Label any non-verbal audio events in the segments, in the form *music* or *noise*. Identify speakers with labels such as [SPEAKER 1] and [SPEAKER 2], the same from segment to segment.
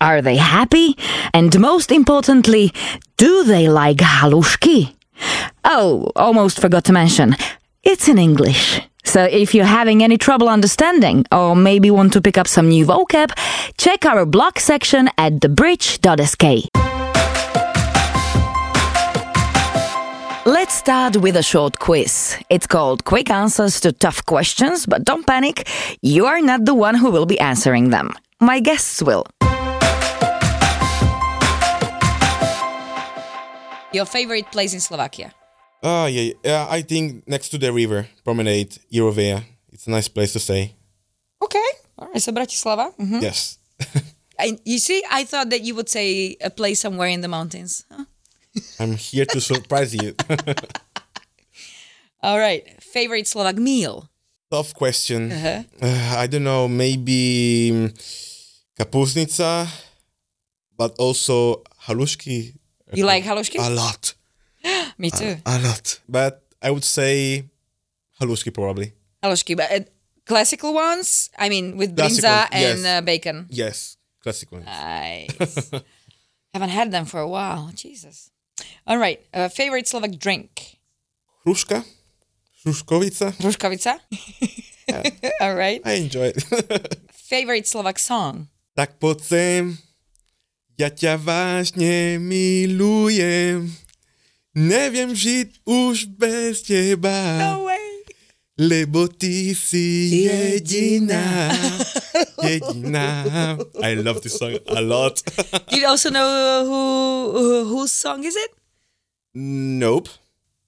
[SPEAKER 1] Are they happy? And most importantly, do they like halushki? Oh, almost forgot to mention, it's in English. So if you're having any trouble understanding or maybe want to pick up some new vocab, check our blog section at thebridge.sk. Let's start with a short quiz. It's called Quick Answers to Tough Questions, but don't panic, you are not the one who will be answering them. My guests will.
[SPEAKER 2] Your favorite place in Slovakia?
[SPEAKER 3] Ah, yeah, yeah. I think next to the river, promenade, Eurovia. It's a nice place to stay.
[SPEAKER 2] Okay. All right. So Bratislava. Mm-hmm.
[SPEAKER 3] Yes.
[SPEAKER 2] And you see, I thought that you would say a place somewhere in the mountains. Huh?
[SPEAKER 3] I'm here to surprise you. *laughs*
[SPEAKER 2] All right. Favorite Slovak meal?
[SPEAKER 3] Tough question. Uh, I don't know, maybe mm, kapusnica, but also halushki.
[SPEAKER 2] You like halushky?
[SPEAKER 3] A lot.
[SPEAKER 2] Me too.
[SPEAKER 3] A lot. But I would say halushki probably.
[SPEAKER 2] Halushky, but uh, classical ones. I mean, with brinza
[SPEAKER 3] Classical,
[SPEAKER 2] and
[SPEAKER 3] yes.
[SPEAKER 2] uh, bacon.
[SPEAKER 3] Yes, classic one.
[SPEAKER 2] Ah. *laughs* Nice. Haven't had them for a while. Jesus. All right. Uh, favorite Slovak drink?
[SPEAKER 3] Hruška?
[SPEAKER 2] *laughs*
[SPEAKER 3] Hruškovica? *laughs*
[SPEAKER 2] Ruškavica. *laughs* All right.
[SPEAKER 3] I enjoy it.
[SPEAKER 2] Favorite Slovak song?
[SPEAKER 3] tak poď sem, ja ťa vážne milujem. Neviem žiť už bez teba.
[SPEAKER 2] way.
[SPEAKER 3] Lebo ty si jediná. Jediná. I love this song a lot.
[SPEAKER 2] Do you also know who, who whose song is it?
[SPEAKER 3] nope.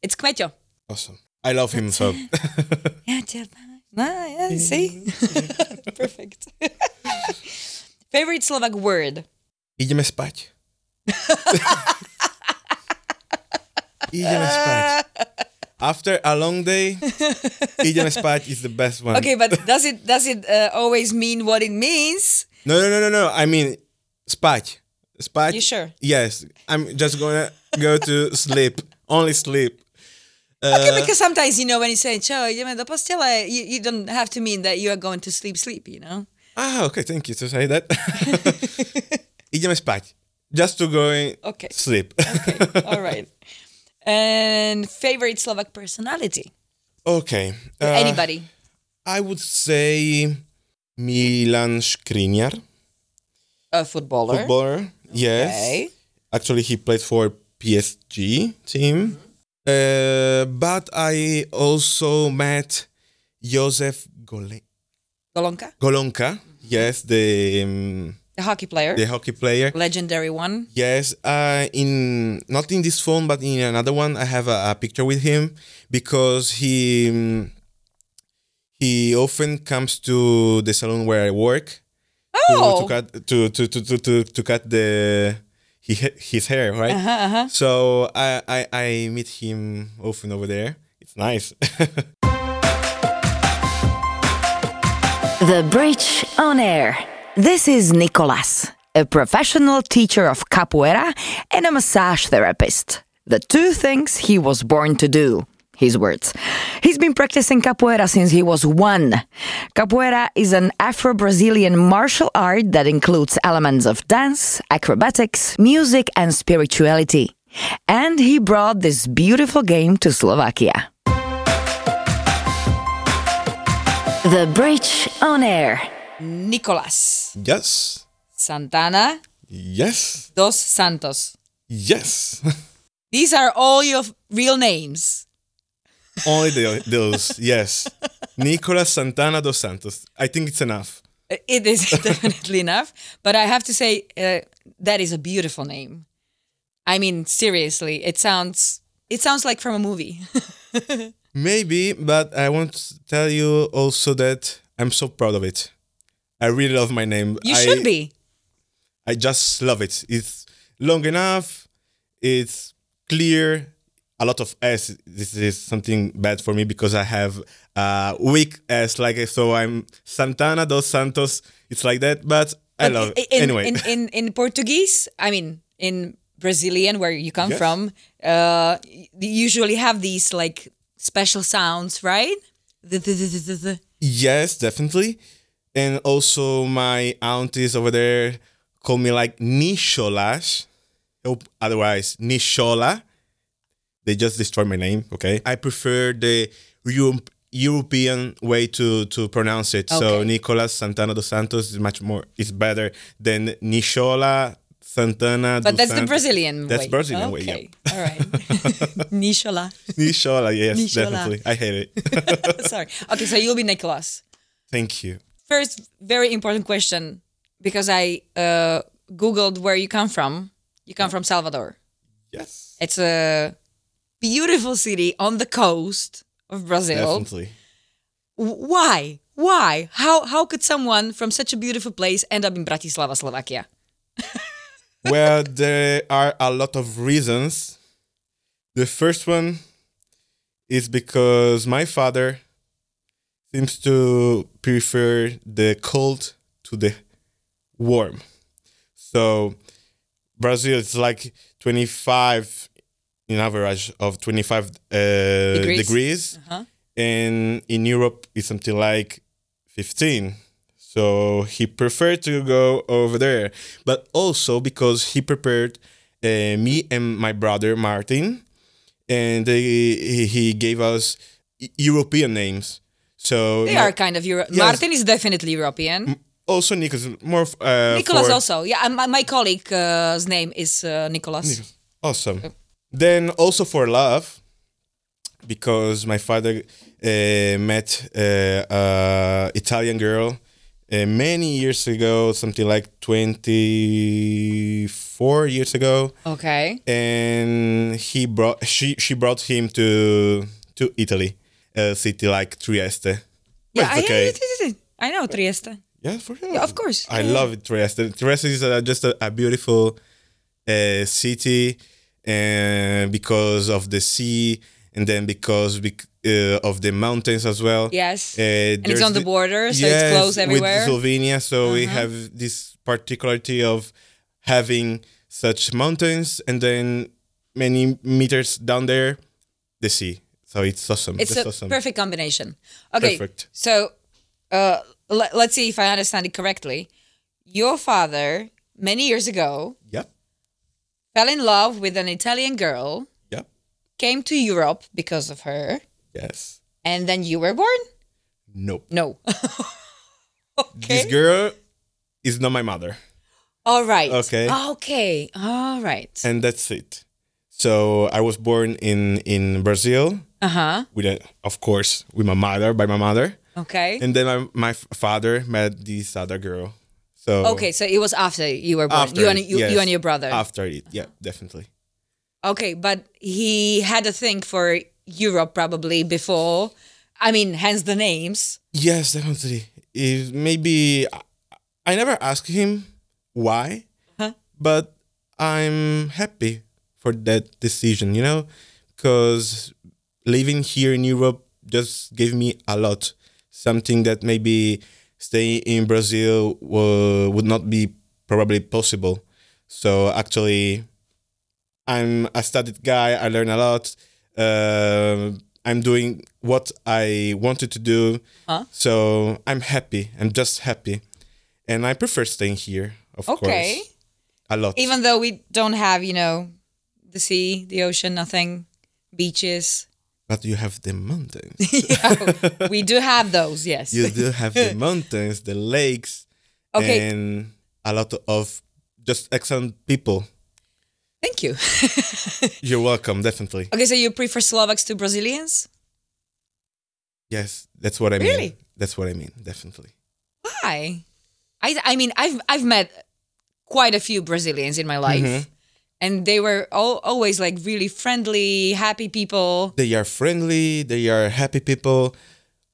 [SPEAKER 2] It's Kmeťo.
[SPEAKER 3] Awesome. I love him so.
[SPEAKER 2] Yeah, tell me. Ah, yeah, see? *laughs* Perfect. Favorite Slovak word?
[SPEAKER 3] Ideme spať. ideme spať. After a long day, ideme spať is the best one.
[SPEAKER 2] Okay, but does it does it uh, always mean what it means?
[SPEAKER 3] No, no, no, no, no. I mean, spať. Spať.
[SPEAKER 2] You sure?
[SPEAKER 3] Yes. I'm just gonna go to sleep. Only sleep. Uh,
[SPEAKER 2] Okay, because sometimes you know when you say "čo, ideme do postele," you, you don't have to mean that you are going to sleep, sleep. You
[SPEAKER 3] *laughs*
[SPEAKER 2] know.
[SPEAKER 3] Ah, okay, thank you to say that. *laughs* Ideme spať. Just to go in
[SPEAKER 2] Okay.
[SPEAKER 3] sleep. *laughs*
[SPEAKER 2] Okay. All right. And favorite Slovak personality?
[SPEAKER 3] okay. uh,
[SPEAKER 2] Anybody?
[SPEAKER 3] I would say Milan Skriniar,
[SPEAKER 2] A footballer.
[SPEAKER 3] footballer. Yes.
[SPEAKER 2] Okay.
[SPEAKER 3] Actually, he played for PSG team. Uh, but I also met Josef Gole-
[SPEAKER 2] Golonka,
[SPEAKER 3] Golonka. Yes, the um,
[SPEAKER 2] the hockey player,
[SPEAKER 3] the hockey player.
[SPEAKER 2] legendary one.
[SPEAKER 3] Yes, uh, in not in this phone, but in another one, I have a, a picture with him because he um, he often comes to the salon where I work to-
[SPEAKER 2] Oh,
[SPEAKER 3] to, cut to to, to, to, to to cut the he, his hair, right? So I, I I meet him often over there. It's nice. *laughs*
[SPEAKER 1] The Bridge on Air. This is Nicolas, a professional teacher of capoeira and a massage therapist. The two things he was born to do. His words. He's been practicing capoeira since he was one. Capoeira is an Afro Brazilian martial art that includes elements of dance, acrobatics, music, and spirituality. And he brought this beautiful game to Slovakia. The Bridge on Air.
[SPEAKER 2] Nicolas
[SPEAKER 3] yes,
[SPEAKER 2] Santana
[SPEAKER 3] yes,
[SPEAKER 2] dos Santos.
[SPEAKER 3] yes. *laughs*
[SPEAKER 2] These are all your f- real names.
[SPEAKER 3] Only the, those. Yes, Nicolas Santana dos Santos. I think it's enough.
[SPEAKER 2] Uh, It is *laughs* definitely enough, but I have to say uh, that is a beautiful name. I mean, seriously, it sounds it sounds like from a movie. *laughs*
[SPEAKER 3] Maybe, but I want to tell you also that I'm so proud of it. I really love my name.
[SPEAKER 2] You
[SPEAKER 3] I,
[SPEAKER 2] should be.
[SPEAKER 3] I just love it. It's long enough. It's clear. a lot of S. This is something bad for me because I have uh, weak S. Like so, I'm Santana dos Santos. It's like that, but I
[SPEAKER 2] But
[SPEAKER 3] love it.
[SPEAKER 2] in,
[SPEAKER 3] anyway.
[SPEAKER 2] In, in, in Portuguese, I mean, in Brazilian, where you come
[SPEAKER 3] Yes.
[SPEAKER 2] from, uh, y- you usually have these like special sounds, right? The- the- the- the- the- the.
[SPEAKER 3] Yes, definitely. And also my aunties over there call me like Nisholas. Oh, Otherwise, Nishola. They just destroy my name, okay? I prefer the Eu- European way to, to pronounce it. So
[SPEAKER 2] Okay.
[SPEAKER 3] Nicolas Santana dos Santos is much more, is better than Nishola Santana
[SPEAKER 2] But
[SPEAKER 3] dos
[SPEAKER 2] that's the
[SPEAKER 3] Santos.
[SPEAKER 2] Brazilian
[SPEAKER 3] That's
[SPEAKER 2] way.
[SPEAKER 3] Brazilian way, yeah.
[SPEAKER 2] okay. All right. *laughs* Nishola.
[SPEAKER 3] *laughs* Nishola, yes,
[SPEAKER 2] Nishola.
[SPEAKER 3] definitely. I hate
[SPEAKER 2] *laughs*
[SPEAKER 3] it. *laughs*
[SPEAKER 2] Sorry. Okay, so you'll be Nicholas.
[SPEAKER 3] Thank you.
[SPEAKER 2] First, very important question because I uh, Googled where you come from. You come from Salvador.
[SPEAKER 3] Yes,
[SPEAKER 2] It's a beautiful city on the coast of Brazil.
[SPEAKER 3] definitely.
[SPEAKER 2] why why how how could someone from such a beautiful place end up in bratislava slovakia
[SPEAKER 3] well, there are a lot of reasons. The first one is because my father seems to prefer the cold to the warm. So Brazil is like 25 in average of 25 uh, degrees, and in Europe it's something like 15. So he preferred to go over there, but also because he prepared uh, me and my brother Martin, and they, he- he gave us E- European names. So
[SPEAKER 2] they are
[SPEAKER 3] my-
[SPEAKER 2] kind of Euro- martin is definitely
[SPEAKER 3] Mm,
[SPEAKER 2] european
[SPEAKER 3] also Nicholas more. f- Uh,
[SPEAKER 2] nicholas
[SPEAKER 3] for-
[SPEAKER 2] also yeah my, my colleague's name is uh, nicholas
[SPEAKER 3] Awesome. Then also for love, because my father uh, met uh, a Italian girl uh, many years ago, something like twenty four years ago,
[SPEAKER 2] okay
[SPEAKER 3] and he brought she she brought him to to Italy, a city like Trieste. But
[SPEAKER 2] yeah
[SPEAKER 3] it's okay.
[SPEAKER 2] I, I know trieste
[SPEAKER 3] Yeah, for sure.
[SPEAKER 2] of course.
[SPEAKER 3] I
[SPEAKER 2] Yeah.
[SPEAKER 3] love Trieste. Trieste is uh, just a, a beautiful uh, city, and because of the sea, and then because bec- uh, of the mountains as well.
[SPEAKER 2] Yes.
[SPEAKER 3] Uh,
[SPEAKER 2] it's
[SPEAKER 3] there's
[SPEAKER 2] on the border, so it's close everywhere. Uh-huh.
[SPEAKER 3] With Slovenia, so we have this particularity of having such mountains, and then many meters down there, the sea. So it's awesome.
[SPEAKER 2] it's
[SPEAKER 3] That's
[SPEAKER 2] a
[SPEAKER 3] awesome.
[SPEAKER 2] perfect combination okay
[SPEAKER 3] Perfect.
[SPEAKER 2] so uh, le- let's see if i understand it correctly your father many years ago
[SPEAKER 3] Yep.
[SPEAKER 2] fell in love with an italian girl
[SPEAKER 3] Yep.
[SPEAKER 2] came to Europe because of her,
[SPEAKER 3] Yes.
[SPEAKER 2] and then you were born?
[SPEAKER 3] Nope.
[SPEAKER 2] No. *laughs* okay.
[SPEAKER 3] This girl is not my mother.
[SPEAKER 2] All right.
[SPEAKER 3] Okay.
[SPEAKER 2] Okay. All right.
[SPEAKER 3] and that's it. So I was born in in Brazil
[SPEAKER 2] Uh huh.
[SPEAKER 3] with, a, of course, with my mother by my mother,
[SPEAKER 2] Okay.
[SPEAKER 3] and then my, my f- father met this other girl. So
[SPEAKER 2] okay. So it was after you were born.
[SPEAKER 3] after
[SPEAKER 2] you and
[SPEAKER 3] it,
[SPEAKER 2] you,
[SPEAKER 3] yes.
[SPEAKER 2] you and your brother.
[SPEAKER 3] After it, yeah, definitely.
[SPEAKER 2] okay, but he had a thing for Europe probably before. I mean, hence the names.
[SPEAKER 3] Yes, definitely. If maybe I- I never asked him why,
[SPEAKER 2] Huh?
[SPEAKER 3] but I'm happy for that decision, you know, because living here in Europe just gave me a lot. Something that maybe staying in Brazil wa- would not be probably possible. So actually, I'm a studied guy. I learn a lot. Uh, I'm doing what I wanted to do.
[SPEAKER 2] Huh?
[SPEAKER 3] So I'm happy. I'm just happy, and I prefer staying here. Of
[SPEAKER 2] Okay.
[SPEAKER 3] course, a lot.
[SPEAKER 2] Even though we don't have, you know, the sea, the ocean, nothing, beaches. *laughs*
[SPEAKER 3] but you have the mountains.
[SPEAKER 2] Yeah, we do have those, yes.
[SPEAKER 3] you do have
[SPEAKER 2] *laughs*
[SPEAKER 3] the mountains, the lakes,
[SPEAKER 2] Okay.
[SPEAKER 3] and a lot of just excellent people.
[SPEAKER 2] Thank you. *laughs*
[SPEAKER 3] You're welcome. Definitely.
[SPEAKER 2] Okay, so you prefer Slovaks to Brazilians?
[SPEAKER 3] Yes, that's what I mean.
[SPEAKER 2] Really?
[SPEAKER 3] That's what I mean. Definitely.
[SPEAKER 2] Why? I I mean I've I've met quite a few Brazilians in my life,
[SPEAKER 3] Mm-hmm.
[SPEAKER 2] and they were all, always like really friendly, happy people.
[SPEAKER 3] they are friendly, they are happy people,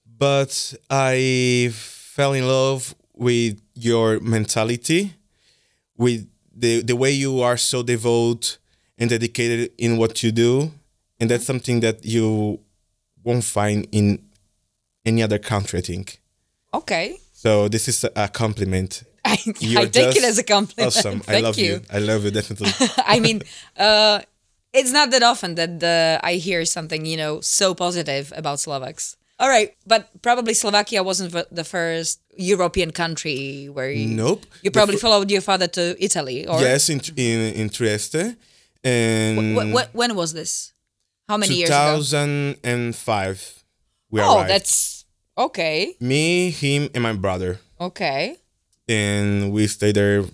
[SPEAKER 3] but I fell in love with your mentality, with the the way you are so devout and dedicated in what you do, and that's something that you won't find in any other country, I think.
[SPEAKER 2] Okay.
[SPEAKER 3] So this is a compliment.
[SPEAKER 2] I, I
[SPEAKER 3] You're
[SPEAKER 2] take it
[SPEAKER 3] just
[SPEAKER 2] as a compliment.
[SPEAKER 3] Awesome.
[SPEAKER 2] *laughs* Thank
[SPEAKER 3] I love you.
[SPEAKER 2] you.
[SPEAKER 3] I love you definitely.
[SPEAKER 2] *laughs* I mean, uh, it's not that often that uh, I hear something, you know, so positive about Slovaks. All right, but probably Slovakia wasn't v- the first European country where you,
[SPEAKER 3] nope.
[SPEAKER 2] you
[SPEAKER 3] The
[SPEAKER 2] probably
[SPEAKER 3] fir-
[SPEAKER 2] followed your father to Italy. Or
[SPEAKER 3] Yes, mm. in, in in Trieste. And
[SPEAKER 2] Wh- wh- when was this? How many years ago?
[SPEAKER 3] 2005 we
[SPEAKER 2] Oh,
[SPEAKER 3] arrived.
[SPEAKER 2] that's okay.
[SPEAKER 3] me, him, and my brother.
[SPEAKER 2] Okay.
[SPEAKER 3] And we stayed there.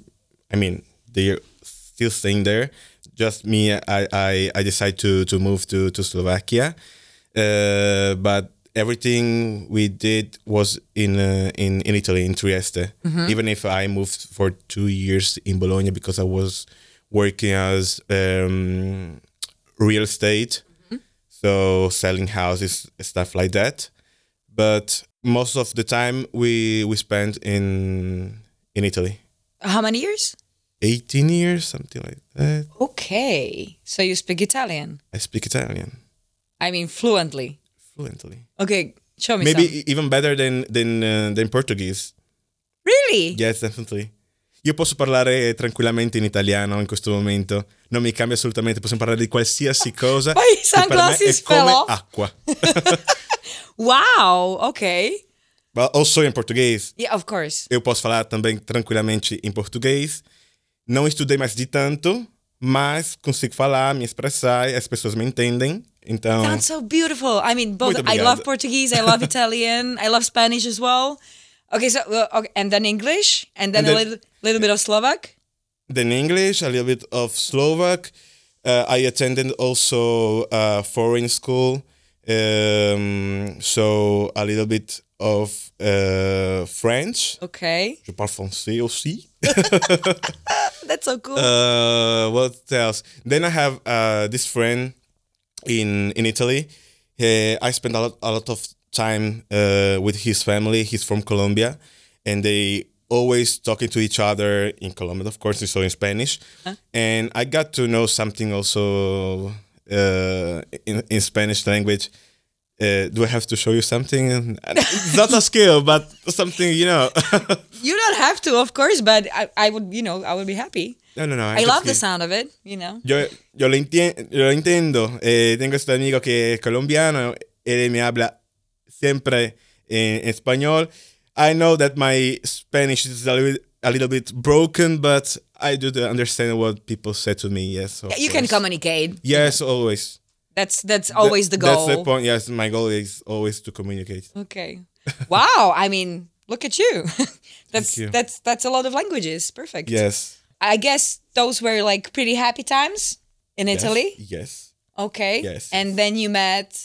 [SPEAKER 3] I mean, they're still staying there. Just me, I I, I decided to to move to to Slovakia, uh, but everything we did was in uh, in in Italy in Trieste. Even if I moved for two years in Bologna because I was working as um, real estate, so selling houses stuff like that but most of the time we we spent in in Italy.
[SPEAKER 2] How many years?
[SPEAKER 3] 18 years, something like that.
[SPEAKER 2] Okay. So you speak Italian.
[SPEAKER 3] I speak Italian
[SPEAKER 2] I mean, fluently.
[SPEAKER 3] fluently.
[SPEAKER 2] Okay, show me
[SPEAKER 3] Maybe
[SPEAKER 2] some.
[SPEAKER 3] e- even better than than uh, than Portuguese.
[SPEAKER 2] Really?
[SPEAKER 3] Yes, definitely. Io posso parlare tranquillamente in italiano in questo momento. Non mi cambia assolutamente, possiamo parlare di qualsiasi
[SPEAKER 2] *laughs*
[SPEAKER 3] cosa.
[SPEAKER 2] Poi i
[SPEAKER 3] che per me
[SPEAKER 2] sunglasses
[SPEAKER 3] è come
[SPEAKER 2] fell off.
[SPEAKER 3] acqua.
[SPEAKER 2] Wow. Okay.
[SPEAKER 3] But also in português.
[SPEAKER 2] Yeah, of course.
[SPEAKER 3] Eu posso falar também tranquilamente em português. Não estudei mais de tanto, mas consigo falar, me expressar, e as pessoas me entendem. Então,
[SPEAKER 2] Sounds so beautiful. I mean, both.
[SPEAKER 3] Muito
[SPEAKER 2] I love
[SPEAKER 3] obrigado.
[SPEAKER 2] Portuguese. I
[SPEAKER 3] *laughs*
[SPEAKER 2] love Italian. I love Spanish as well. Okay, so uh, okay, and then English, and then,
[SPEAKER 3] And
[SPEAKER 2] a
[SPEAKER 3] then-
[SPEAKER 2] little, little bit of Slovak.
[SPEAKER 3] then English, a little bit of Slovak. Uh, I attended also uh, foreign school, um, so a little bit of uh, French.
[SPEAKER 2] Okay, *laughs*
[SPEAKER 3] Je parle français aussi.
[SPEAKER 2] that's so cool.
[SPEAKER 3] Uh, what else? Then I have uh, this friend in in Italy. Uh, I spend a lot, a lot of time uh, with his family. He's from Colombia, and they always talking to each other in Colombian, of course, and so in Spanish. And I got to know something also uh, in, in Spanish language. Uh, do I have to show you something? *laughs* It's not a skill, but something you know. *laughs*
[SPEAKER 2] you don't have to, of course, but I, I would, you know, I would be happy.
[SPEAKER 3] no, no, no.
[SPEAKER 2] I love the
[SPEAKER 3] just-
[SPEAKER 2] sound of it. You know.
[SPEAKER 3] Yo, yo lo, entien- yo lo entiendo. Eh, tengo este amigo que es colombiano. Él me habla siempre en español. I know that my Spanish is a little, a little bit broken, but I do understand what people say to me. Yes, of
[SPEAKER 2] Yeah, you can
[SPEAKER 3] course.
[SPEAKER 2] communicate.
[SPEAKER 3] Yes, always.
[SPEAKER 2] That's that's always the
[SPEAKER 3] Th-
[SPEAKER 2] goal.
[SPEAKER 3] That's the point. Yes, my goal is always to communicate. *laughs*
[SPEAKER 2] Okay. Wow. I mean, look at you. *laughs* that's
[SPEAKER 3] you.
[SPEAKER 2] that's that's a lot of languages. Perfect.
[SPEAKER 3] Yes.
[SPEAKER 2] I guess those were like pretty happy times in
[SPEAKER 3] Yes,
[SPEAKER 2] Italy.
[SPEAKER 3] Yes.
[SPEAKER 2] Okay.
[SPEAKER 3] Yes,
[SPEAKER 2] And then you met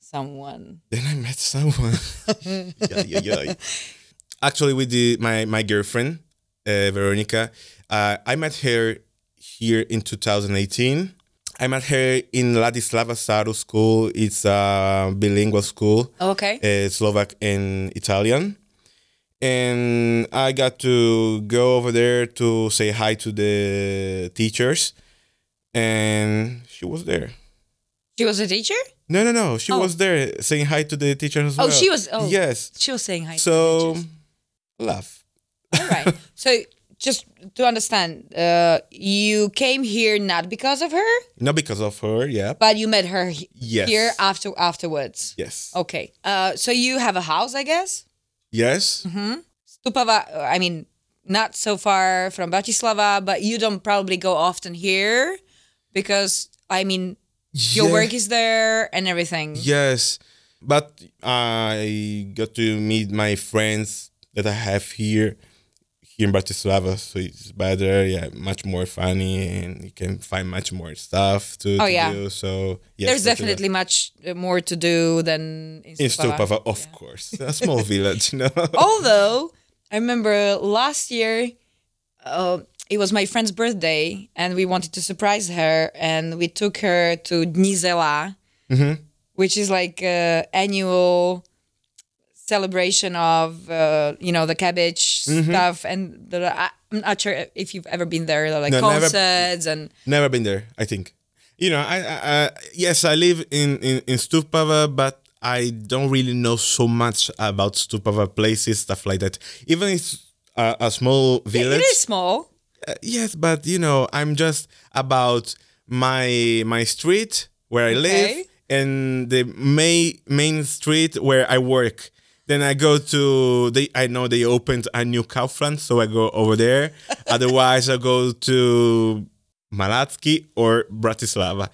[SPEAKER 2] someone.
[SPEAKER 3] Then I met someone. *laughs* yeah, yeah, yeah. Actually, with the, my my girlfriend uh, Veronica, uh, I met her here in 2018. I met her in Ladislava Saru School. It's a bilingual school,
[SPEAKER 2] Okay.
[SPEAKER 3] uh, Slovak and Italian. And I got to go over there to say hi to the teachers, and she was there.
[SPEAKER 2] She was a teacher?
[SPEAKER 3] No, no, no. She
[SPEAKER 2] Oh.
[SPEAKER 3] was there saying hi to the teacher as
[SPEAKER 2] Oh,
[SPEAKER 3] well.
[SPEAKER 2] she was- oh.
[SPEAKER 3] Yes.
[SPEAKER 2] She was saying hi.
[SPEAKER 3] So, love.
[SPEAKER 2] All right. so just to understand, uh, you came here not because of her,
[SPEAKER 3] Not because of her. Yeah.
[SPEAKER 2] but you met her he-
[SPEAKER 3] Yes.
[SPEAKER 2] here uh, after afterwards.
[SPEAKER 3] Yes.
[SPEAKER 2] Okay. Uh, so you have a house, I guess? Mm-hmm.
[SPEAKER 3] Yes.
[SPEAKER 2] Stupava, uh, I mean, not so far from Bratislava, but you don't probably go often here because, I mean, your
[SPEAKER 3] Yeah.
[SPEAKER 2] work is there and everything.
[SPEAKER 3] Yes. But I got to meet my friends that I have here, here in Bratislava. So it's better. Yeah. Much more funny, and you can find much more stuff to,
[SPEAKER 2] Oh,
[SPEAKER 3] to
[SPEAKER 2] yeah.
[SPEAKER 3] do. So yes,
[SPEAKER 2] There's
[SPEAKER 3] that's it.
[SPEAKER 2] definitely much uh, more to do than in
[SPEAKER 3] In
[SPEAKER 2] Stupava.
[SPEAKER 3] Stupava, of course, a small village, you know.
[SPEAKER 2] *laughs* Although I remember last year, uh, it was my friend's birthday, and we wanted to surprise her, and we took her to Dnizela,
[SPEAKER 3] Mm-hmm.
[SPEAKER 2] which is like a annual celebration of uh, you know the cabbage
[SPEAKER 3] Mm-hmm.
[SPEAKER 2] stuff, and the, I- I'm not sure if you've ever been there, like
[SPEAKER 3] No, never-
[SPEAKER 2] concerts and
[SPEAKER 3] Never been there, I think. you know, I, I, I yes, I live in in, in Stupava, but I don't really know so much about Stupava places, stuff like that. Even it's a, a small village.
[SPEAKER 2] It is small.
[SPEAKER 3] Uh, yes, but you know, I'm just about my my street where I live
[SPEAKER 2] Okay.
[SPEAKER 3] and the main main street where I work. Then I go to they. I know they opened a new Kaufland, so I go over there. Otherwise, I go to Malatsky or Bratislava.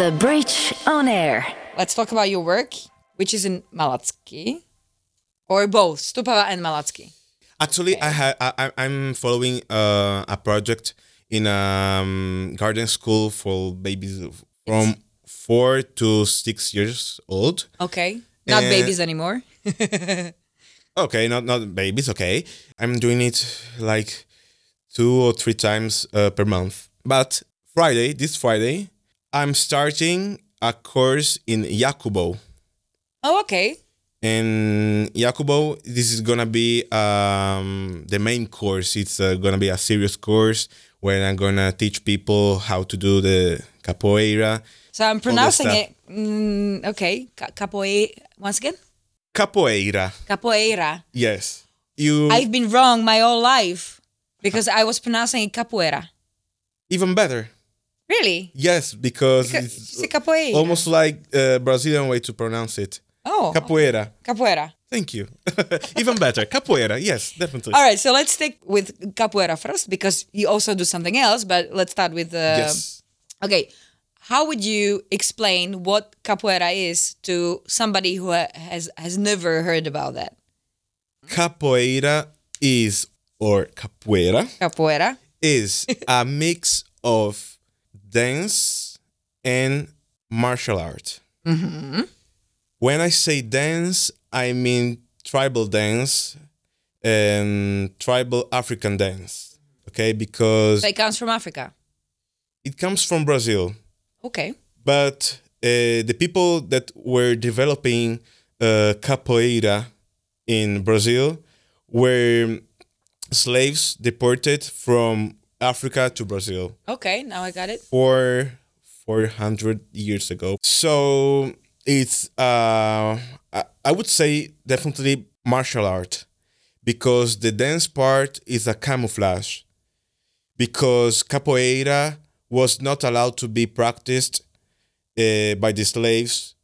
[SPEAKER 1] The Bridge on Air.
[SPEAKER 2] Let's talk about your work, which is in Malatsky, or both Stupava and Malatsky.
[SPEAKER 3] Actually, I ha- I, I- I'm following uh, a project in a um, garden school for babies from four to six years old.
[SPEAKER 2] Okay, not
[SPEAKER 3] Uh,
[SPEAKER 2] babies anymore.
[SPEAKER 3] Okay, not not babies. Okay, I'm doing it like two or three times uh, per month. But Friday, this Friday, I'm starting a course in Yakubo.
[SPEAKER 2] Oh, okay.
[SPEAKER 3] And Jacobo, this is gonna be um, the main course. It's uh, gonna be a serious course where I'm gonna teach people how to do the capoeira.
[SPEAKER 2] So I'm pronouncing
[SPEAKER 3] stuff.
[SPEAKER 2] it. Mm, okay, Ca- capoe. Once again,
[SPEAKER 3] Capoeira,
[SPEAKER 2] capoeira.
[SPEAKER 3] yes. You
[SPEAKER 2] I've been wrong my whole life because I was pronouncing it capoeira.
[SPEAKER 3] even better,
[SPEAKER 2] Really?
[SPEAKER 3] yes, because
[SPEAKER 2] Ca-
[SPEAKER 3] it's
[SPEAKER 2] It's a capoeira.
[SPEAKER 3] almost like uh, Brazilian way to pronounce it.
[SPEAKER 2] E? Oh,
[SPEAKER 3] Capoeira.
[SPEAKER 2] capoeira.
[SPEAKER 3] Thank you. *laughs* even better, capoeira. Yes, definitely.
[SPEAKER 2] All right, so let's stick with capoeira first because you also do something else. But let's start with uh, the.
[SPEAKER 3] yes.
[SPEAKER 2] Okay, how would you explain what capoeira is to somebody who ha- has has never heard about that?
[SPEAKER 3] Capoeira is or capoeira.
[SPEAKER 2] Capoeira.
[SPEAKER 3] is a mix of dance and martial art. When I say dance, I mean tribal dance and tribal African dance. Okay, because
[SPEAKER 2] So it comes from Africa.
[SPEAKER 3] it comes from Brazil,
[SPEAKER 2] Okay.
[SPEAKER 3] but uh, the people that were developing uh, capoeira in Brazil were slaves deported from Africa to Brazil.
[SPEAKER 2] Okay, now I got it.
[SPEAKER 3] four four hundred years ago. So it's uh, I, I would say definitely martial art because the dance part is a camouflage because capoeira was not allowed to be practiced uh, by the slaves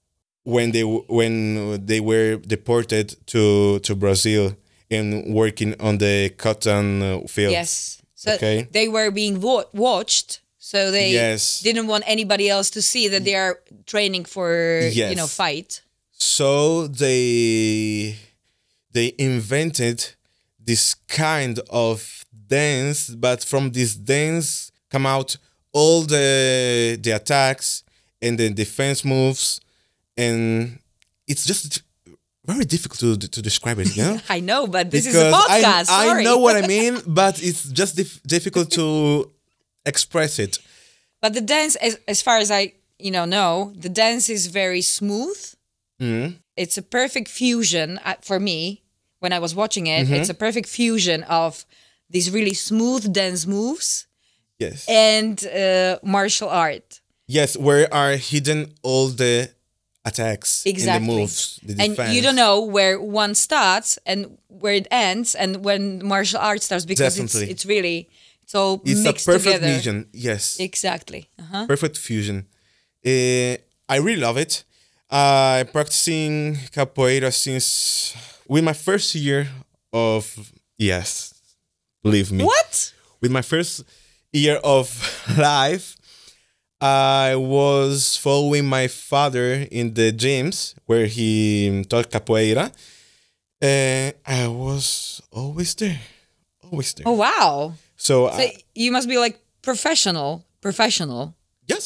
[SPEAKER 3] when they w- when they were deported to to Brazil and working on the cotton uh, fields.
[SPEAKER 2] Yes. So
[SPEAKER 3] Okay.
[SPEAKER 2] they were being wa- watched, so they
[SPEAKER 3] Yes.
[SPEAKER 2] didn't want anybody else to see that they are training for you know
[SPEAKER 3] Yes.
[SPEAKER 2] fight.
[SPEAKER 3] so they they invented this kind of dance but from this dance come out all the the attacks and the defense moves and it's just very difficult to, to describe it you know
[SPEAKER 2] I know, but *laughs* this is
[SPEAKER 3] Because
[SPEAKER 2] a
[SPEAKER 3] I-
[SPEAKER 2] podcast.
[SPEAKER 3] I,
[SPEAKER 2] sorry.
[SPEAKER 3] know
[SPEAKER 2] *laughs*
[SPEAKER 3] what i mean but it's just dif- difficult to express it
[SPEAKER 2] But the dance, as, as far as I you know know, the dance is very smooth.
[SPEAKER 3] Mm-hmm.
[SPEAKER 2] It's a perfect fusion uh, for me. When I was watching
[SPEAKER 3] Mm-hmm.
[SPEAKER 2] it, it's a perfect fusion of these really smooth dance moves
[SPEAKER 3] yes
[SPEAKER 2] and uh, martial art.
[SPEAKER 3] yes where are hidden all the attacks
[SPEAKER 2] Exactly.
[SPEAKER 3] and the moves the
[SPEAKER 2] and
[SPEAKER 3] defense
[SPEAKER 2] you don't know where one starts and where it ends, and when martial art starts because it's,
[SPEAKER 3] Definitely.
[SPEAKER 2] it's really it's all
[SPEAKER 3] it's a
[SPEAKER 2] mixed
[SPEAKER 3] perfect
[SPEAKER 2] together.
[SPEAKER 3] fusion yes
[SPEAKER 2] Exactly. Uh-huh.
[SPEAKER 3] perfect fusion Uh, i really love it i practicing capoeira since with my first year of yes believe me
[SPEAKER 2] What?
[SPEAKER 3] with my first year of *laughs* life i was following my father in the gyms where he taught capoeira and i was always there always there
[SPEAKER 2] Oh wow!
[SPEAKER 3] so,
[SPEAKER 2] So
[SPEAKER 3] I,
[SPEAKER 2] you must be like professional, professional.
[SPEAKER 3] Yes,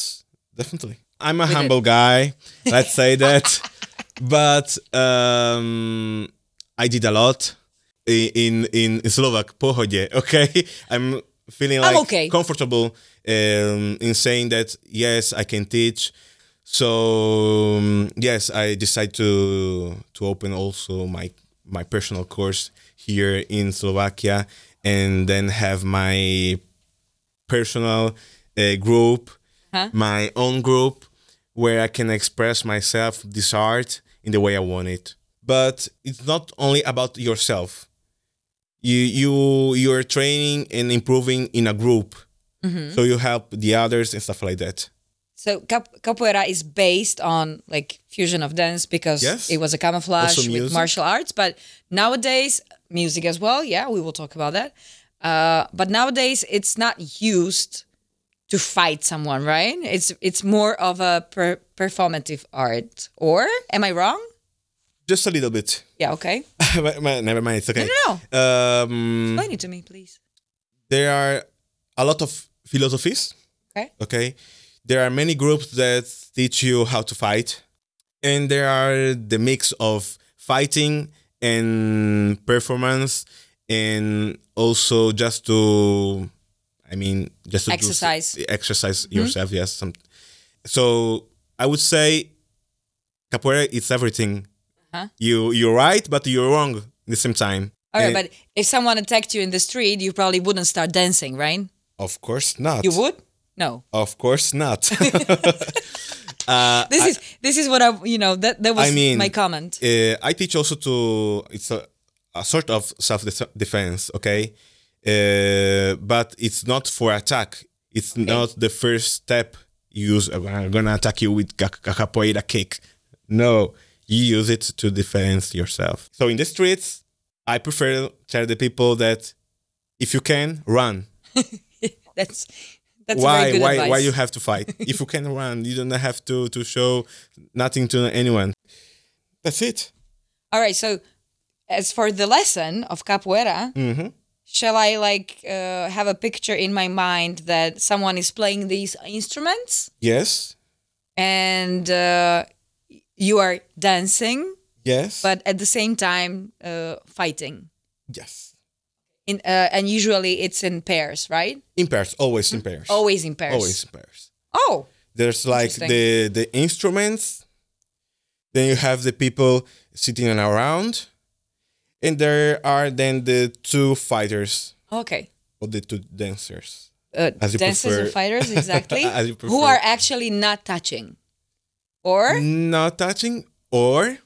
[SPEAKER 3] definitely. I'm a humble guy. Let's
[SPEAKER 2] *laughs*
[SPEAKER 3] say that. but um, I did a lot i- in in, in Slovak pohodě. *laughs* Okay, I'm feeling
[SPEAKER 2] I'm
[SPEAKER 3] like
[SPEAKER 2] okay.
[SPEAKER 3] comfortable um, in saying that yes, I can teach. So um, yes, I decided to to open also my my personal course here in Slovakia, and then have my personal uh, group,
[SPEAKER 2] Huh?
[SPEAKER 3] my own group, where I can express myself, this art in the way I want it. But it's not only about yourself. You you you are training and improving in a group,
[SPEAKER 2] Mm-hmm.
[SPEAKER 3] so you help the others and stuff like that.
[SPEAKER 2] So cap- capoeira is based on like fusion of dance because
[SPEAKER 3] Yes.
[SPEAKER 2] it was a camouflage
[SPEAKER 3] Also
[SPEAKER 2] with
[SPEAKER 3] music.
[SPEAKER 2] martial arts, but nowadays music as well. Yeah, we will talk about that. Uh, but nowadays it's not used to fight someone, right? It's it's more of a per- performative art. Or am I wrong?
[SPEAKER 3] Just a little bit. *laughs*
[SPEAKER 2] Yeah. Okay.
[SPEAKER 3] But- but Never mind. It's
[SPEAKER 2] No,
[SPEAKER 3] okay.
[SPEAKER 2] no,
[SPEAKER 3] Um,
[SPEAKER 2] Explain it to me, please.
[SPEAKER 3] there are a lot of philosophies.
[SPEAKER 2] Okay.
[SPEAKER 3] Okay. There are many groups that teach you how to fight, and there are the mix of fighting and performance, and also just to, I mean, just to do s-
[SPEAKER 2] Exercise. Mm-hmm.
[SPEAKER 3] exercise yourself. Yes. Some, so I would say, capoeira it's everything.
[SPEAKER 2] Uh-huh.
[SPEAKER 3] You you're right, but you're wrong at the same time.
[SPEAKER 2] All right,
[SPEAKER 3] And-
[SPEAKER 2] but if someone attacked you in the street, you probably wouldn't start dancing, right?
[SPEAKER 3] of course not.
[SPEAKER 2] You would? No.
[SPEAKER 3] Of course not. *laughs*
[SPEAKER 2] This is this is what I you know that that was
[SPEAKER 3] I mean,
[SPEAKER 2] my comment.
[SPEAKER 3] Uh, I teach also to it's a, a sort of self defense, okay? Uh, but it's not for attack. It's not the first step you use. I'm gonna attack you with ca- ca- capoeira kick. No, you use it to defend yourself. So in the streets, I prefer tell the people that if you can run,
[SPEAKER 2] That's that's
[SPEAKER 3] why
[SPEAKER 2] very good
[SPEAKER 3] why
[SPEAKER 2] advice.
[SPEAKER 3] why you have to
[SPEAKER 2] *laughs*
[SPEAKER 3] fight if you can run you don't have to to show nothing to anyone that's it
[SPEAKER 2] All right, so as for the lesson of capoeira,
[SPEAKER 3] Mm-hmm.
[SPEAKER 2] shall I like uh, have a picture in my mind that someone is playing these instruments
[SPEAKER 3] yes
[SPEAKER 2] and uh, you are dancing,
[SPEAKER 3] yes
[SPEAKER 2] but at the same time uh, fighting.
[SPEAKER 3] yes
[SPEAKER 2] In uh, and usually it's in pairs, right?
[SPEAKER 3] in pairs always in pairs
[SPEAKER 2] Always in pairs.
[SPEAKER 3] always in pairs
[SPEAKER 2] Oh,
[SPEAKER 3] there's like the the instruments then you have the people sitting around and there are then the two fighters
[SPEAKER 2] okay.
[SPEAKER 3] or the two dancers
[SPEAKER 2] uh,
[SPEAKER 3] As you
[SPEAKER 2] dancers and
[SPEAKER 3] prefer. *laughs*
[SPEAKER 2] fighters exactly
[SPEAKER 3] As you
[SPEAKER 2] who
[SPEAKER 3] prefer. Mm.
[SPEAKER 2] are actually not touching or
[SPEAKER 3] not touching or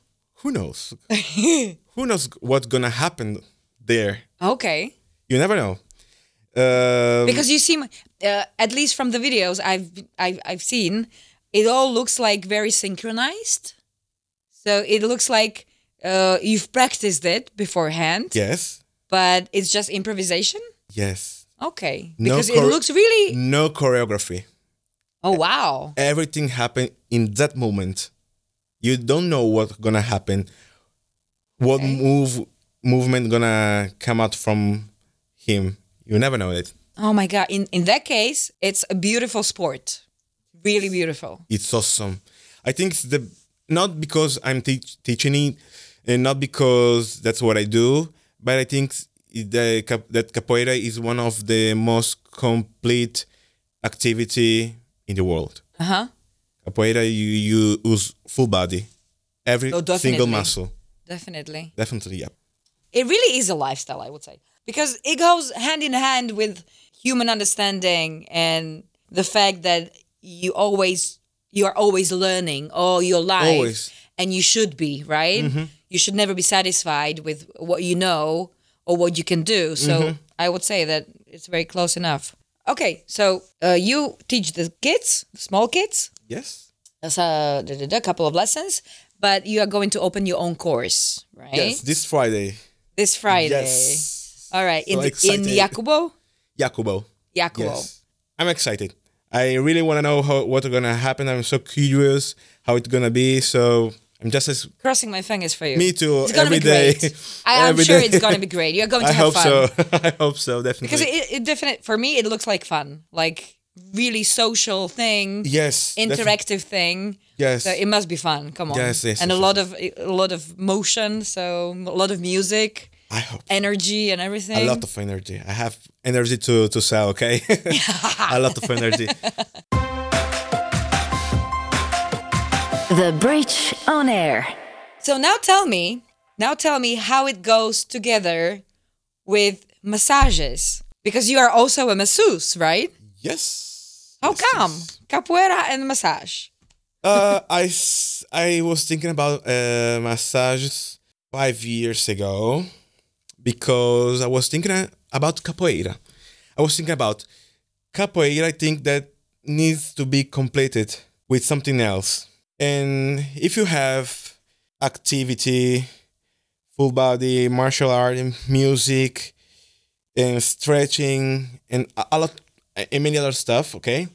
[SPEAKER 3] who
[SPEAKER 2] *laughs*
[SPEAKER 3] knows who knows what's gonna happen there
[SPEAKER 2] okay
[SPEAKER 3] You never know. Um,
[SPEAKER 2] because you seem uh, at least from the videos I've, I've i've seen it all looks like very synchronized so it looks like uh, you've practiced it beforehand
[SPEAKER 3] yes,
[SPEAKER 2] but it's just improvisation
[SPEAKER 3] yes.
[SPEAKER 2] okay
[SPEAKER 3] No
[SPEAKER 2] because it
[SPEAKER 3] chore-
[SPEAKER 2] looks really
[SPEAKER 3] No choreography.
[SPEAKER 2] oh wow
[SPEAKER 3] Everything happened in that moment. You don't know what's gonna happen. What move movement gonna come out from him? You never know it.
[SPEAKER 2] oh my god in in that case it's a beautiful sport really beautiful
[SPEAKER 3] It's awesome. I think it's the not because I'm teach, teaching it, and not because that's what I do, but I think the cap- that capoeira is one of the most complete activity in the world.
[SPEAKER 2] uh-huh
[SPEAKER 3] Capoeira, you, you use full body, every
[SPEAKER 2] Oh, definitely.
[SPEAKER 3] single muscle.
[SPEAKER 2] definitely
[SPEAKER 3] Definitely, yeah.
[SPEAKER 2] it really is a lifestyle i would say because it goes hand in hand with human understanding and the fact that you always you are always learning all your life
[SPEAKER 3] Always. Mm-hmm.
[SPEAKER 2] and you should be right you should never be satisfied with what you know or what you can do so
[SPEAKER 3] Mm-hmm.
[SPEAKER 2] i would say that it's very close enough okay so uh, you teach the kids the small kids uh,
[SPEAKER 3] Yes.
[SPEAKER 2] that's a, a couple of lessons but you are going to open your own course right
[SPEAKER 3] Yes. This Friday.
[SPEAKER 2] this Friday.
[SPEAKER 3] Yes.
[SPEAKER 2] All right, in,
[SPEAKER 3] So
[SPEAKER 2] the, in
[SPEAKER 3] excited.
[SPEAKER 2] Jakubo,
[SPEAKER 3] Jacobo.
[SPEAKER 2] Jakubo.
[SPEAKER 3] Yes. I'm excited. I really want to know how what's gonna happen. I'm so curious how it's gonna be. So I'm just as
[SPEAKER 2] Crossing my fingers for you.
[SPEAKER 3] Me too,
[SPEAKER 2] It's gonna
[SPEAKER 3] every
[SPEAKER 2] be great.
[SPEAKER 3] day.
[SPEAKER 2] I, I'm
[SPEAKER 3] Every
[SPEAKER 2] sure
[SPEAKER 3] day.
[SPEAKER 2] it's gonna be great. You're going to
[SPEAKER 3] *laughs* I
[SPEAKER 2] have
[SPEAKER 3] hope
[SPEAKER 2] fun
[SPEAKER 3] so. I hope so. Definitely.
[SPEAKER 2] because it, it definitely for me it looks like fun, like really social thing,
[SPEAKER 3] yes. definitely.
[SPEAKER 2] interactive thing.
[SPEAKER 3] Yes.
[SPEAKER 2] So it must be fun. Come on.
[SPEAKER 3] Yes, yes,
[SPEAKER 2] and
[SPEAKER 3] yes,
[SPEAKER 2] a lot of a lot of motion, so a lot of music,
[SPEAKER 3] I hope.
[SPEAKER 2] energy, and everything.
[SPEAKER 3] A lot of energy. I have energy to to
[SPEAKER 2] *laughs*
[SPEAKER 3] sell. Okay. *laughs* a lot of energy.
[SPEAKER 1] The Bridge on Air.
[SPEAKER 2] So now tell me, now tell me how it goes together with massages because you are also a masseuse, right?
[SPEAKER 3] Yes.
[SPEAKER 2] How
[SPEAKER 3] Yes,
[SPEAKER 2] come?
[SPEAKER 3] yes.
[SPEAKER 2] Capoeira and massage.
[SPEAKER 3] uh, I, s- I was thinking about uh, massages five years ago because I was thinking uh, about capoeira. I was thinking about capoeira, I think that needs to be completed with something else. And if you have activity, full body, martial art, and music, and stretching, and a a lot, and many other stuff, okay?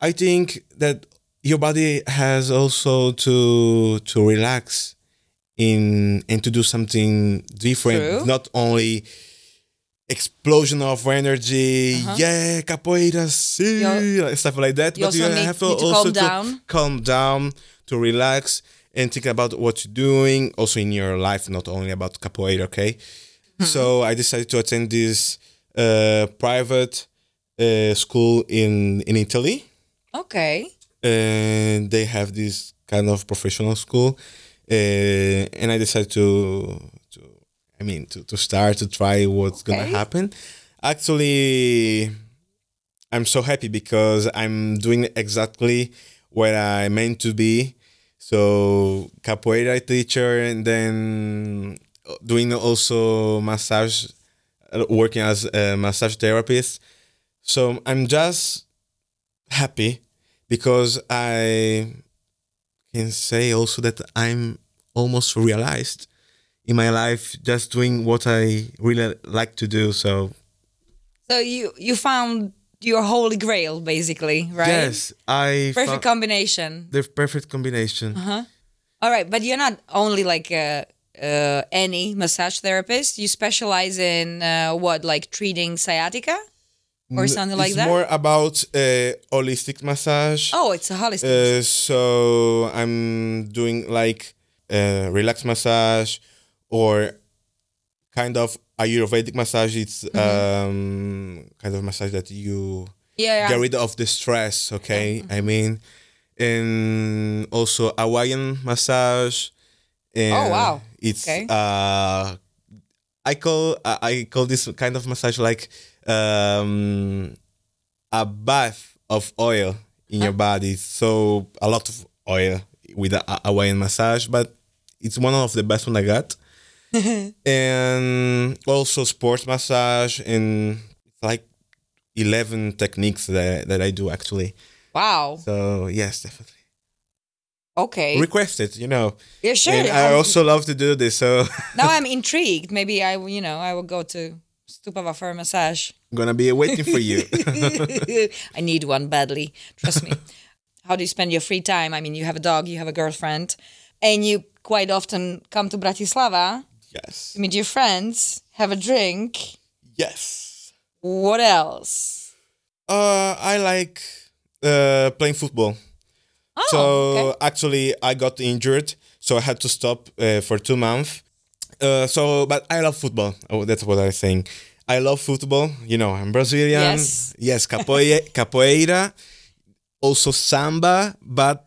[SPEAKER 3] I think that your body has also to to relax in and to do something different,
[SPEAKER 2] True.
[SPEAKER 3] not only explosion of energy, yeah, capoeira, see,
[SPEAKER 2] You-
[SPEAKER 3] like stuff like that.
[SPEAKER 2] Uh-huh. you
[SPEAKER 3] but you
[SPEAKER 2] also need-
[SPEAKER 3] have to
[SPEAKER 2] need to calm
[SPEAKER 3] also to
[SPEAKER 2] down.
[SPEAKER 3] calm down, to relax, and think about what you're doing, also in your life, not only about capoeira. Okay,
[SPEAKER 2] Hmm.
[SPEAKER 3] so I decided to attend this uh, private uh, school in in Italy
[SPEAKER 2] Okay.
[SPEAKER 3] and they have this kind of professional school uh, and i decided to, to i mean to, to start to try what's
[SPEAKER 2] Okay.
[SPEAKER 3] gonna happen actually i'm so happy because i'm doing exactly what i meant to be so capoeira teacher and then doing also massage uh, working as a massage therapist so i'm just happy because I can say also that I'm almost realized in my life just doing what I really like to do. So
[SPEAKER 2] So you you found your holy grail basically, right?
[SPEAKER 3] yes, I
[SPEAKER 2] Perfect
[SPEAKER 3] fo-
[SPEAKER 2] combination. Uh-huh.
[SPEAKER 3] the perfect combination.
[SPEAKER 2] All right, but you're not only like a, uh, any massage therapist. You specialize in uh, what, like treating sciatica or something like
[SPEAKER 3] it's
[SPEAKER 2] that.
[SPEAKER 3] more about uh, holistic massage.
[SPEAKER 2] oh, it's a holistic.
[SPEAKER 3] Uh, so I'm doing like uh, relax massage or kind of Ayurvedic massage. It's
[SPEAKER 2] Mm-hmm.
[SPEAKER 3] um, kind of massage that you
[SPEAKER 2] yeah,
[SPEAKER 3] get
[SPEAKER 2] yeah.
[SPEAKER 3] rid of the stress. Okay, I mean, and also Hawaiian massage. And
[SPEAKER 2] Oh, wow.
[SPEAKER 3] It's
[SPEAKER 2] Okay.
[SPEAKER 3] uh, I call I- I call this kind of massage like um, a bath of oil in your
[SPEAKER 2] Ah.
[SPEAKER 3] body. So a lot of oil with a a Hawaiian massage, but it's one of the best one I got.
[SPEAKER 2] *laughs*
[SPEAKER 3] and also sports massage and like 11 techniques that, that I do actually.
[SPEAKER 2] wow.
[SPEAKER 3] So yes, definitely.
[SPEAKER 2] Okay.
[SPEAKER 3] Request it, you know.
[SPEAKER 2] yeah, sure. um,
[SPEAKER 3] and I
[SPEAKER 2] I'm-
[SPEAKER 3] also love to do this, so *laughs*
[SPEAKER 2] now I'm intrigued. Maybe I, will, you know, I will go to Stupava for a massage.
[SPEAKER 3] I'm gonna be waiting
[SPEAKER 2] *laughs*
[SPEAKER 3] for you.
[SPEAKER 2] I need one badly. Trust me. How do you spend your free time? I mean, you have a dog, you have a girlfriend, and you quite often come to Bratislava
[SPEAKER 3] yes.
[SPEAKER 2] to meet your friends, have a drink.
[SPEAKER 3] Yes.
[SPEAKER 2] What else?
[SPEAKER 3] Uh, I like uh, playing football.
[SPEAKER 2] Oh,
[SPEAKER 3] so
[SPEAKER 2] okay.
[SPEAKER 3] actually, I got injured, so I had to stop uh, for two months. Uh, so, but I love football. Oh, that's what I'm saying. I love football. You know, I'm Brazilian.
[SPEAKER 2] Yes.
[SPEAKER 3] Yes, capoe- *laughs* capoeira, also samba, but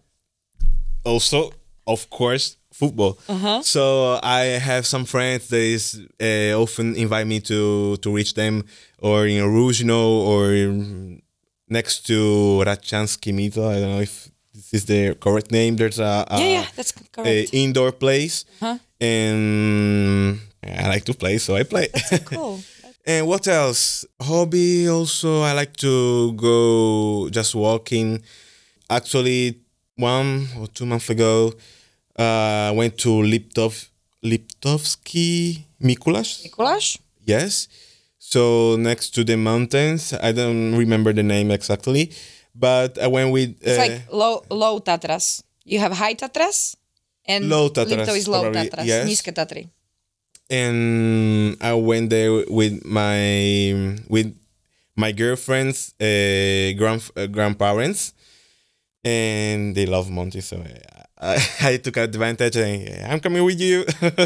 [SPEAKER 3] also, of course, football.
[SPEAKER 2] Uh-huh.
[SPEAKER 3] So uh, I have some friends that is uh, often invite me to to reach them or in Ruzhno or in- next to Rachansky Mito. I don't know if this is the correct name. There's a, a
[SPEAKER 2] yeah, yeah, that's c-
[SPEAKER 3] a
[SPEAKER 2] correct. Uh-huh.
[SPEAKER 3] indoor place,
[SPEAKER 2] Huh?
[SPEAKER 3] and I like to play, so I play. *laughs*
[SPEAKER 2] *laughs* cool.
[SPEAKER 3] And what else? Hobby also I like to go just walking. Actually, one or two months ago, uh, I went to Liptov Liptovsky Mikuláš.
[SPEAKER 2] Nicolas?
[SPEAKER 3] Yes. So next to the mountains, I don't remember the name exactly, but I went with uh,
[SPEAKER 2] It's like low low Tatras. You have high Tatras and
[SPEAKER 3] Low Tatras,
[SPEAKER 2] Lipto is low
[SPEAKER 3] probably,
[SPEAKER 2] Tatras,
[SPEAKER 3] yes.
[SPEAKER 2] Niske Tatry.
[SPEAKER 3] and I went there with my with my girlfriend's uh, grand uh, grandparents, and they love Monty, so I, I, I *laughs* took advantage and yeah, I'm coming with you. *laughs*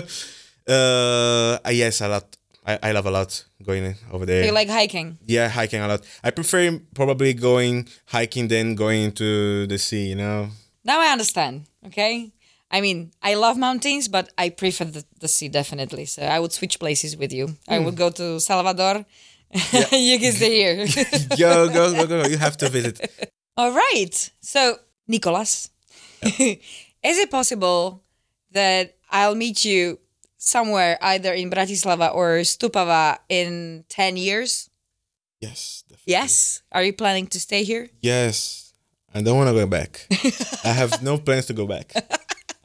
[SPEAKER 3] uh, yes, a lot. I, I love a lot going over there.
[SPEAKER 2] You like hiking.
[SPEAKER 3] yeah, hiking a lot. I prefer probably going hiking than going to the sea.
[SPEAKER 2] *laughs*
[SPEAKER 3] You know.
[SPEAKER 2] Now I understand. Okay. I mean, I love mountains, but I prefer the, the sea definitely. So I would switch places with you. I would go to Salvador *laughs* you can stay here. *laughs*
[SPEAKER 3] go, go, go, go, go. You have to visit.
[SPEAKER 2] All right. So, Nicolas, *laughs* is it possible that I'll meet you somewhere, either in Bratislava or Stupava, in 10 years?
[SPEAKER 3] Yes. definitely.
[SPEAKER 2] Yes. Are you planning to stay here?
[SPEAKER 3] Yes. I don't want to go back. I have no plans to go back.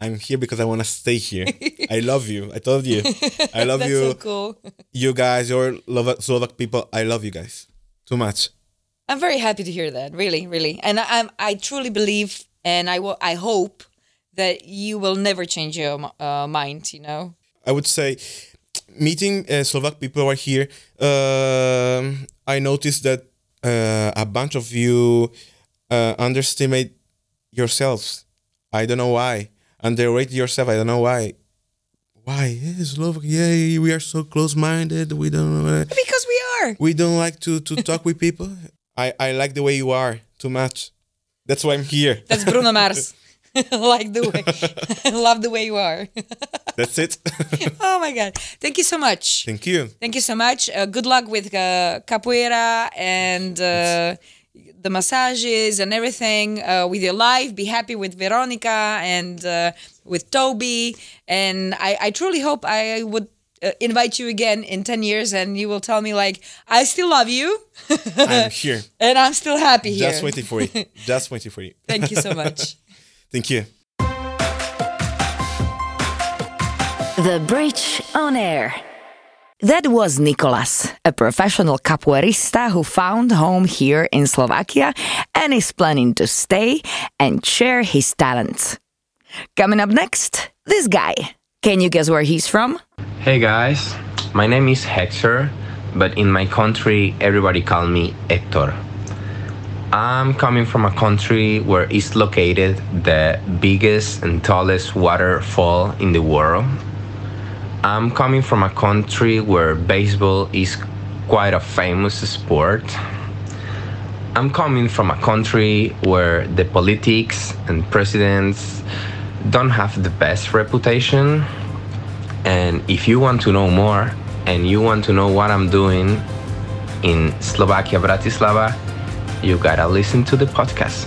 [SPEAKER 3] I'm here because I want to stay here. I love you. I told you. I love
[SPEAKER 2] That's
[SPEAKER 3] you.
[SPEAKER 2] so cool.
[SPEAKER 3] You guys, your Lova- Slovak people, I love you guys. Too much.
[SPEAKER 2] I'm very happy to hear that. Really, really. And I, I'm, I truly believe and I, will, I hope that you will never change your uh, mind, you know?
[SPEAKER 3] I would say meeting uh, Slovak people who are here. um I noticed that uh, a bunch of you uh, underestimate yourselves. I don't know why. Underrate yourself. I don't know why. Why? Yeah, Slovak. Yeah, we are so close-minded. We don't. Uh,
[SPEAKER 2] Because we are.
[SPEAKER 3] we don't like to to talk with people. I I like the way you are too much. That's why I'm here.
[SPEAKER 2] That's Bruno Mars. *laughs* like the way, *laughs* love the way you are.
[SPEAKER 3] That's it. *laughs*
[SPEAKER 2] oh my God. Thank you so much.
[SPEAKER 3] Thank you.
[SPEAKER 2] Thank you so much. Uh, good luck with uh, capoeira and uh, the massages and everything uh, with your life. Be happy with Veronica and uh, with Toby. And I, I truly hope I would uh, invite you again in 10 years and you will tell me, like, I still love you
[SPEAKER 3] I'm here.
[SPEAKER 2] and I'm still happy here.
[SPEAKER 3] Just waiting for you. Just waiting for you.
[SPEAKER 2] Thank you so much.
[SPEAKER 3] Thank you.
[SPEAKER 1] The Bridge on Air. That was Nicolas, a professional capoeirista who found home here in Slovakia and is planning to stay and share his talents. Coming up next, this guy. Can you guess where he's from?
[SPEAKER 4] Hey guys, my name is Hector, but in my country everybody call me Hector. I'm coming from a country where is located the biggest and tallest waterfall in the world. I'm coming from a country where baseball is quite a famous sport. I'm coming from a country where the politics and presidents don't have the best reputation. And if you want to know more and you want to know what I'm doing in Slovakia, Bratislava, you gotta listen to the podcast.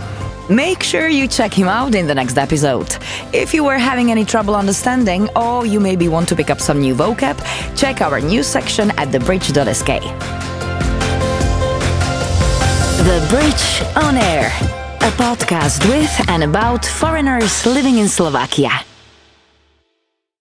[SPEAKER 1] Make sure you check him out in the next episode. If you were having any trouble understanding, or you maybe want to pick up some new vocab, check our news section at thebridge.sk. The Bridge on Air, a podcast with and about foreigners living in Slovakia.